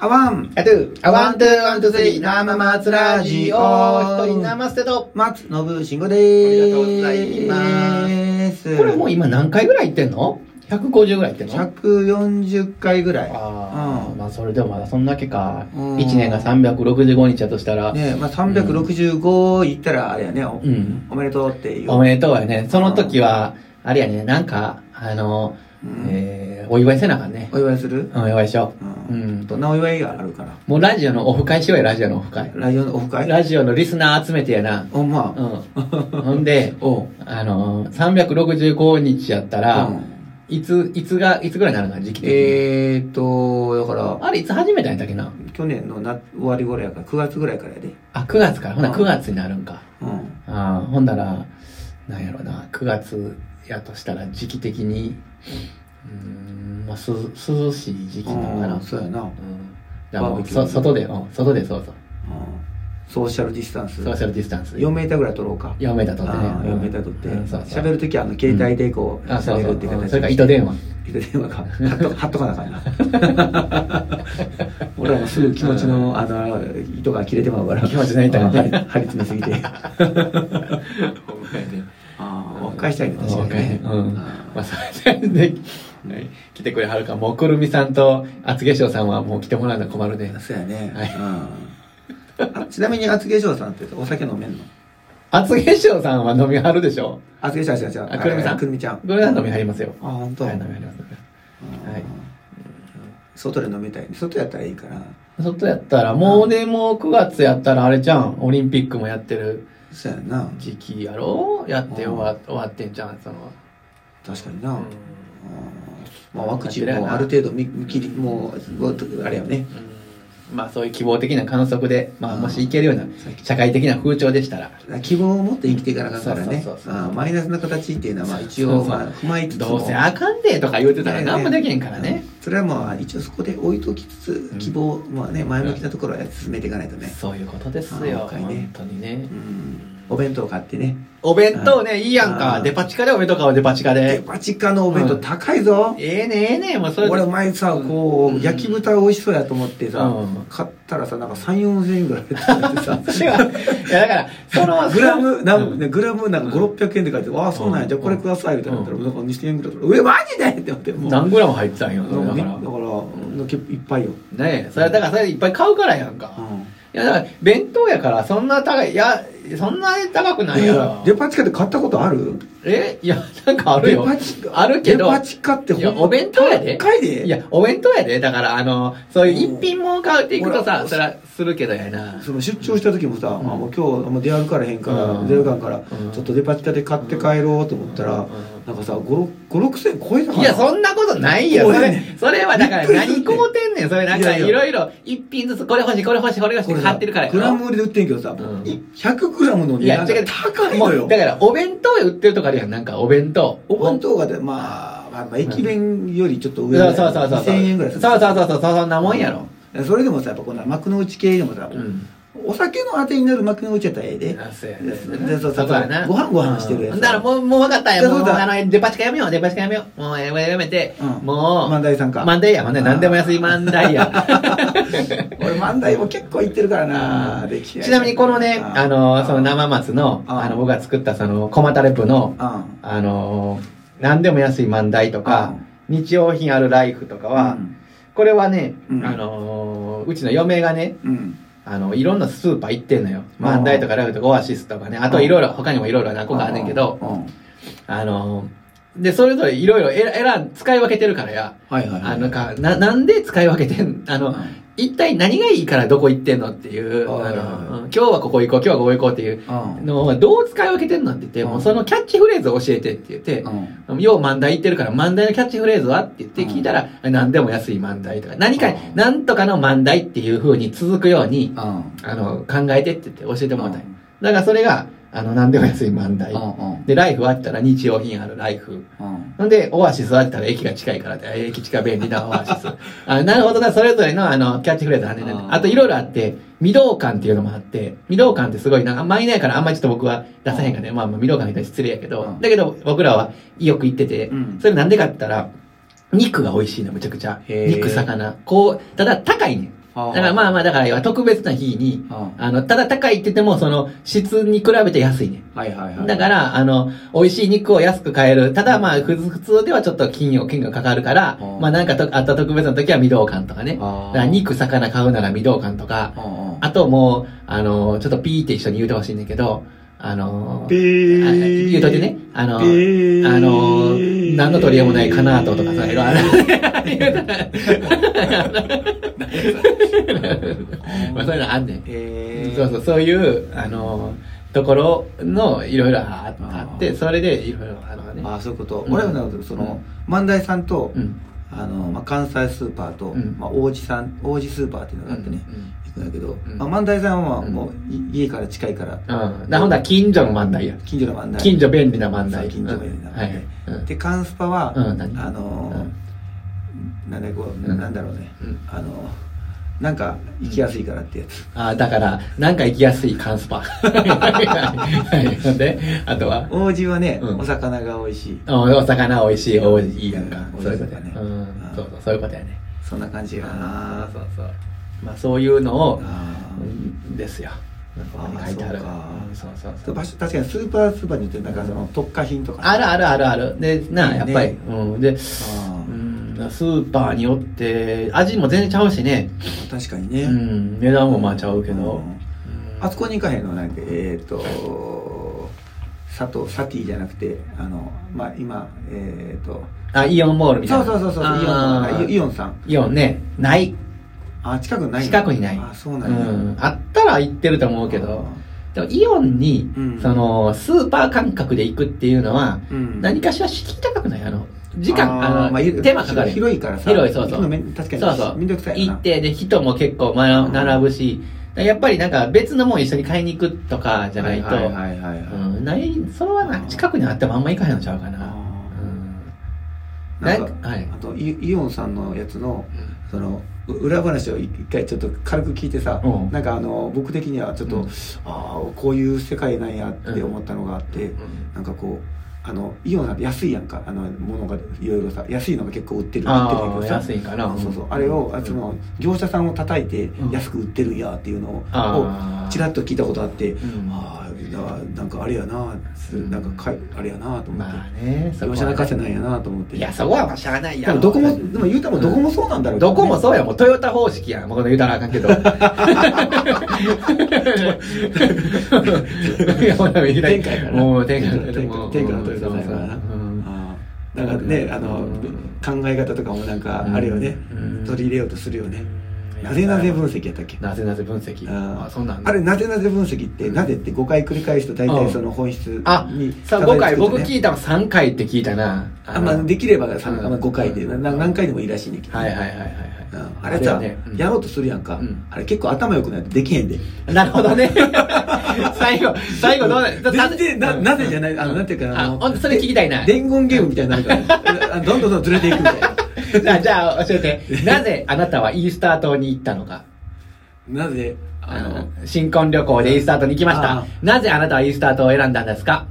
あわんあ、トゥー、あ、ワン、トゥー、ワン、トゥー、スリー、生松ラジオ一人生捨てと。松信慎吾でーす。ありがとうございますこれもう今何回ぐらい言ってんの ?150 ぐらい言ってんの140回ぐらい。ああ、うんまあそれでもまだそんだけか。うん1年が365日やとしたら、ねまあ、365言ったら、あれやね、おうん。おめでとうっていう。おめでとうやね。その時は、あれやね、なんか、あの、うんえー、お祝いせなあかんね。お祝いするうん、お祝いしよう。ううん。ん。どんなお祝いがあるかなもうラジオのオフ会しようや、ラジオのオフ会。ラジオのオフ会ラジオのリスナー集めてやな。おまうあ。ん。ほんで、おうあのー、365日やったら、うんいつ、いつが、いつぐらいになるの時期的に。えーっと、だから、あれ、いつ始めたんやったっけな去年のな終わり頃やから、9月ぐらいからやで。あ、9月から。ほな、うん9月になるんか。うん。ああ、ほんだら、なんやろな、9月やとしたら時期的に、うーん、まあ、す、涼しい時期なのかうな。んそうやなうん。だからもバーう、ベキューそ外で、うん、外でそうそう。うんソーシャルディスタンス。ソーシャルディスタンス。 4メーターぐらい取ろうか。 4メーター取ってね。ああう4んメーター取ってうんそうそう喋るときはあの携帯でこうあ、そう喋そうるっていう形それから糸電話。糸電話か貼っと貼っとかなあかんな 俺らもすぐ気持ちのあの糸が切れてまうから気持ちの糸が張り張り詰めすぎて ああお返したいね確かにねうん。うんまあ、それで、ね来てくれはるか。もう、くるみさんと厚化粧さんはもう来てもらうのは困るねあ。そうやねはいうんあちなみに厚化粧さんってお酒飲めんの厚化粧さんは飲みはるでしょ厚化粧さん違う違うあ、くるみさん。くるみちゃんくるみさん飲みはりますよ。あ本当はい、飲みはります。はい外で飲みたい外やったらいいから外やったら、もうね、もう9月やったらあれじゃん。オリンピックもやってるそうやな時期やろやって終わ終わってんじゃん、その。確かにな、うんまあ、ワクチンもある程度見見切りもうあれやねうんまあ、そういう希望的な観測で、まあ、もしいけるような社会的な風潮でしたら、希望を持って生きていかなあかんからねそうそうそうそうああマイナスな形っていうのはまあ一そう応そうまあ踏まえつつもどうせあかんでとか言うてたらね何もできへんからね。それはまあ一応そこで置いときつつ希望、まあね前向きなところは進めていかないとね、そういうことですあーよ、今回ね本当にねう。ん、お弁当買ってねお弁当ね、いいやんあか。ーデパ地下でお弁当買おう、デパ地下デで。パ地下のお弁当うん高いぞ、ええねええねもうそれ俺前さこうんう焼き豚美味しそうやと思ってさ、うん買ったらさなんか34000円ぐらい入ってさそれは、いやだから、その、グラム、なんうんね、グラムなんか5、600円で書いて、ああ、そうなんうや、んじゃあこれください、みたいな。うんったら、なんか2000円ぐらい取る。うえ、マジでって思って、もう。何グラム入ってたんよ、もうだねかだから、ら。のけいっぱいよ。ねえ、それだからそれいっぱい買うからやんか。いやだから、弁当やから、そんな高い、いや、そんな高くないいややろ、。デパ地下で買ったことあるえいや、なんかあるよデ。パ地下。あるけどデパ地下っていや、お弁当やで。高いで。い、や、お弁当やで。だから、あの、そういう一品も買うっていくとさ、そら、するけどやな。その出張した時もさ、あもう今日、もう出歩かれへんかうら、ん出歩かんからうん、ちょっとデパ地下で買って帰ろうと思ったうらん、なんかさ、5、6000円超えたかいら。や、そんなことないよ。こそうやれね、それはだからびっくりす何るって買うてんねん。それなんいかやいやいろいろ、一品ずつ、これ欲しい、これ欲しい、これ欲しいって買ってるからやグラろ。ムで売ってんけどさ、ん100グラムのい値や、段だけがど高いのもようだ。から、お弁当売ってるとかあるやん。なんか、お弁当。お弁当がで、まあ、まあ、まあ駅弁よりちょっと当上そうそうそうそう。 2000円ぐらいそすうるそうそうそう、そうそんなもんやろ。それでもさやっぱこんな幕の内系でもさ、うん。お酒のあてになる幕の内やったらええであそうやでねでそうそうそうやなご飯ご飯してるやつうんだからもうもう分かったじよゃあもそううだあのデパ地下やめようデパ地下やめようもうえやめて、うんもう漫才さんか漫才やほんであー何でも安い漫才や俺漫才も結構行ってるからな、できちなみにこのねあのその生松のあーあの僕が作ったその小股レプのああの何でも安い漫才とか日用品あるライフとかは、うんこれはね、うんあのうちの嫁がねうんあの、いろんなスーパー行ってんのよ。うん漫才とかライブとかオアシスとかね。あといろいろ、他にもいろいろな個があんねんけど、うんあの、で、それぞれいろいろ選選ん、使い分けてるからや。はいはいはいあのか、な、なんで使い分けてん、あうんの、一体何がいいからどこ行ってんのっていう、はいはあいはいの、うん今日はここ行こう、今日はここ行こうっていううんのをどう使い分けてんのって言って、うんもうそのキャッチフレーズを教えてって言って、うんよう漫才言ってるから、漫才のキャッチフレーズはって言って聞いたら、何でも安い漫才とか、何か、うん何とかの漫才っていう風に続くように、あの、考えてって言って教えてもらったんよだからそれが、あの、何でも安い漫才う。んうんで、ライフあったら日用品あるライフ。うんほんで、オアシスあったら駅が近いからって、あ駅近便利なオアシス。 あなるほどな、それぞれのあの、キャッチフレーズあんねんねあーあと、いろいろあって、未動館っていうのもあって、未動館ってすごい、なんかあんまりいないから、あんまりちょっと僕は出さへんからね。まあ、まあ未動館に対して失礼やけうど、んだけど僕らはよく行っててうん、それなんでかって言ったら、肉が美味しいの、むちゃくちゃ。へー肉、魚。こう、ただ高いねん。あだからまあまあ、だから要は特別な日に、ああの、ただ高いって言っても、その、質に比べて安いね。はいはいはい。だから、あの、美味しい肉を安く買える。ただまあ、ふ普通ではちょっと金を金がかかるからう、んまあなんかとあった特別な時は未動館とかね。だあーから肉、魚買うなら未動館とか、あああともう、あの、ちょっとピーって一緒に言うてほしいんだけど、あの、ピあー。言うといてね、あの、ピー。あのー何の取り柄もないカナートとかさいろいろある まあそういうのあんねん。えーそうそう、そういう、あの、ところのいろいろああーあって、それでいろいろあのね。ああそういうこと、うん俺はなるほどその万代さんと、うん。あのまあ、関西スーパーと、うんまあ、王子さん王子スーパーっていうのがあってね、行くんだけど、うんまあ、万代さんはまあうんもう、い家から近いからうん。うん。だほんだら近所の漫才や。近所の万代近所便利な漫才。そう近所便利な漫才うんはい。でカンスパは、うんうん何あのーなんだこう、うんなんだろうね、うんあのーなんか行きやすいからってやつ、あーだから、なんか行きやすいカン スパ。はい。ほんで、あとは、王子はね、うんお魚が美味しいあお魚美味しい、おいいいやんか。うんそういうことや美味しいとね。うかねう。んんそうそう、そういうことやね。そんな感じやなそうそうそう。まあ、そういうのを、あーうんですよ。ここに書いてある。あうんーそうそうそう。場所確かにスーパースーパーによってなんかその特価品とかあるあるあるある。で、なあ、いいやっねぱり。うん。で、あーうん、スーパーによって、味も全然ちゃうしね。確かにね、うん、値段もまあちゃうけうど。んうんあそこに行かへんのなんかえっ、ー、と佐藤サティじゃなくてあのまあ今えっ、ー、とあ、イオンモールみたそいうな。そうそうそうイオンあーイオンさんイオンね、ない。あ近くない近くにない。あそうなうんや、ん。あったら行ってると思うけど。でも、イオンに、うんその、スーパー感覚で行くっていうのは、うん何かしら敷居高くないあの、時間、あの、まゆ手間かかる。広いからさ広いそうそう行くのめん確かにそうそうめんどくさいよ行なって、で、人も結構、まうん並ぶし、やっぱりなんか別のもん一緒に買いに行くとかじゃないと、はいはいはいはいはい、うん、ない、それはな、近くにあってもあんま行かへんのちゃうかな。うあーん。なんなんかか、はいあとイイオンさんのやつのそのう裏話を一回ちょっと軽く聞いてさ、うんなんかあの僕的にはちょっと、うんああこういう世界なんやって思ったのがあって、なんかこうあのイオンなんて安いやんかあの物がいろいろさ安いのが結構売ってる売ってるんやあけあ、どさ安いかな。そうそうあれをあその業者さんを叩いてうん安く売ってるんやっていうのをあーちらっと聞いたことあって、んああだなんかあれやなすうんなんかかいあれやなと思って、まあね、そこ業は者泣かせなんやなと思っていや、そこはまあしゃあないでやもろ。どこもでも言うたらもうどこもそうなんだろうけどねこもそうや、もうトヨタ方式や。もうこの言うたらあかんけ ど。いやもう天下やからなもう天下天下天下のトヨタだからなうんああだからねあの考え方とかもなんかあれよねうん取り入れようとするよねなぜなぜ分析やったっけなぜなぜ分析。ああ、そんなんあれなぜなぜ分析ってうんなぜって5回繰り返すと大うん体その本質あに、さあたどり着くと5ね回、僕聞いたの3回って聞いたな。あまあできればさうんまあ5回でなな何回でもいいらしいねんけどはいはいはいはいはいうんあれさあれねうんやろうとするやんかうんあれ結構頭良くないとできへんでなるほ どね。最後、最後どうだ全然ななぜじゃないあのうんなんていうかなああのほんとそれ聞きたいな。伝言ゲームみたいになる からどんどんどんどんずれていくみたいなじゃあ、じゃあ教えて。なぜあなたはイースター島に行ったのか。なぜああのの、新婚旅行でイースター島に行きましあたあ。なぜあなたはイースター島を選んだんですか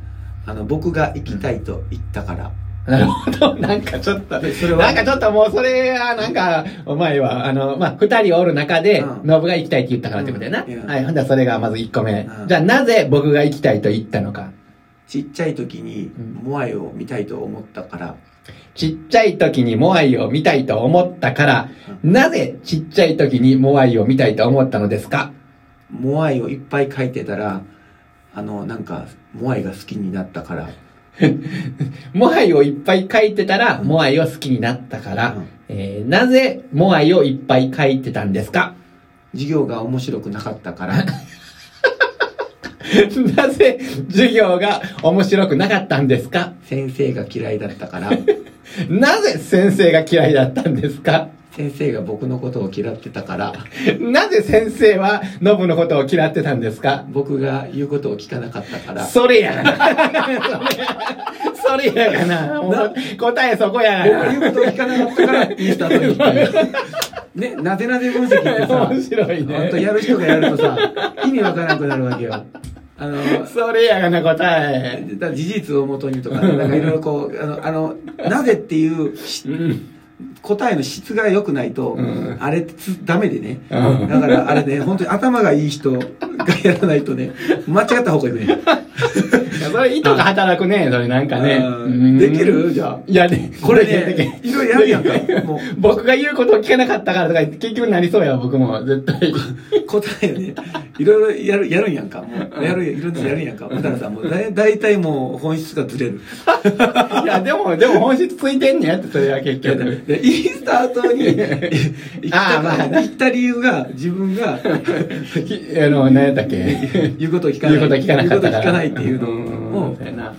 あの僕が行きたいと言ったから、なるほ ど。なんかちょっと、でそれはなんかちょっともうそれは、なんか、お前は、あの、まあ、二人おる中で、うんノブが行きたいって言ったからってことやな。うんはい。ほんだらそれがまず一個目。うんじゃあなぜ僕が行きたいと言ったのか。ちっちゃい時にモアイを見たいと思ったから、ちっちゃい時にモアイを見たいと思ったから、なぜちっちゃい時にモアイを見たいと思ったのですかモアイをいっぱい描いてたらあのなんかモアイが好きになったからモアイをいっぱい描いてたら、モアイを好きになったから、うんえーなぜモアイをいっぱい描いてたんですか 授業が面白くなかったから なぜ授業が面白くなかったんですか先生が嫌いだったからなぜ先生が嫌いだったんですか先生が僕のことを嫌ってたからなぜ先生はノブのことを嫌ってたんですか僕が言うことを聞かなかったから それやなそれやがな。もう答えそこや僕がが言うことを聞かなかったからインスタートに行ったんよねなぜなぜ分析ってな。さ面白い本当ね。やる人がやるとさ意味わからなくなるわけよあのそれやがな答え。だから事実をもとにとか、ね、なんかいろいろこう、あの、あの、なぜっていう、うん。答えの質が良くないと、うんあれつダメでね、うんだからあれ ね本当に頭がいい人がやらないとね間違った方がいいねいやそれ意図が働くね、それなんかねあー。うんできるじゃあいや、でこれできるねでいきるろいろやるやんかも僕が言うことを聞かなかったからとか、結局なりそうやわ、僕も。絶 対。う答えねいろいろやるやるんやんかもうやるいろいろやるんやんかだからさもうだい大体もう本質がずれるいや、でも、でも本質ついてんねやって、それはい結や局。でイースター島 に行ったあーまあな行った理由が自分がきあの、何やったっけ言うことを聞かない 言うこと聞かなかっ言うたからことを聞かないっていうのうをんそうやな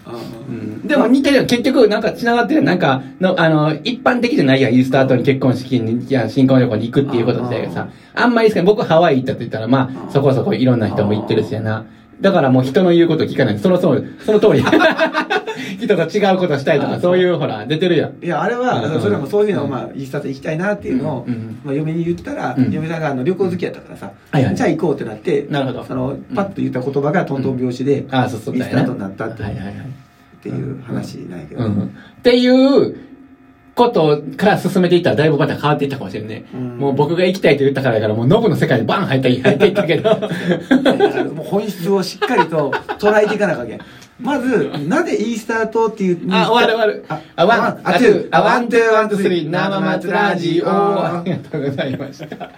うんでも似てるよ。結局、なんか繋がってるよなんか、の、あの、一般的じゃないやん。イースター島に結婚式に、いや、新婚旅行に行くっていうこと自体がさ。あんまりですけど、僕ハワイ行ったって言ったら、まうんあ、そこそこいろんな人も行ってるしやな。だからもう人の言うこと聞かない。その、その、その通り。人と違うことしたいとあか、そういう、ほら、出てるやん。いやあれは、うんそれはもうそういうのを、うんまあ、イースター島行きたいなっていうのを、うんうんまあ、嫁に言ったら、うん嫁さんがあの旅行好きやったからさ、はいはいじゃあ行こうってなってなるほどそのパッと言った言葉がトントン拍子で、ああ、そうそうイーだスよタなー島になったって,、はいはいはっい。ていう話なんやけど、うん。っていうことから進めていったらだいぶまた変わっていったかもしれんね。うんもう僕が行きたいと言ったからやから、もうノブの世界にバン入った、入っていった けど。もう本質をしっかりと捉えていかなきゃいけないまずなぜイースター島っていうあ、終わる終わる。ああ、ワワンン、ああ、ツツーー、あ、ワン、ツー、ワン、ツー、スリー、生生松松ララジジオオ。ありがとうございました。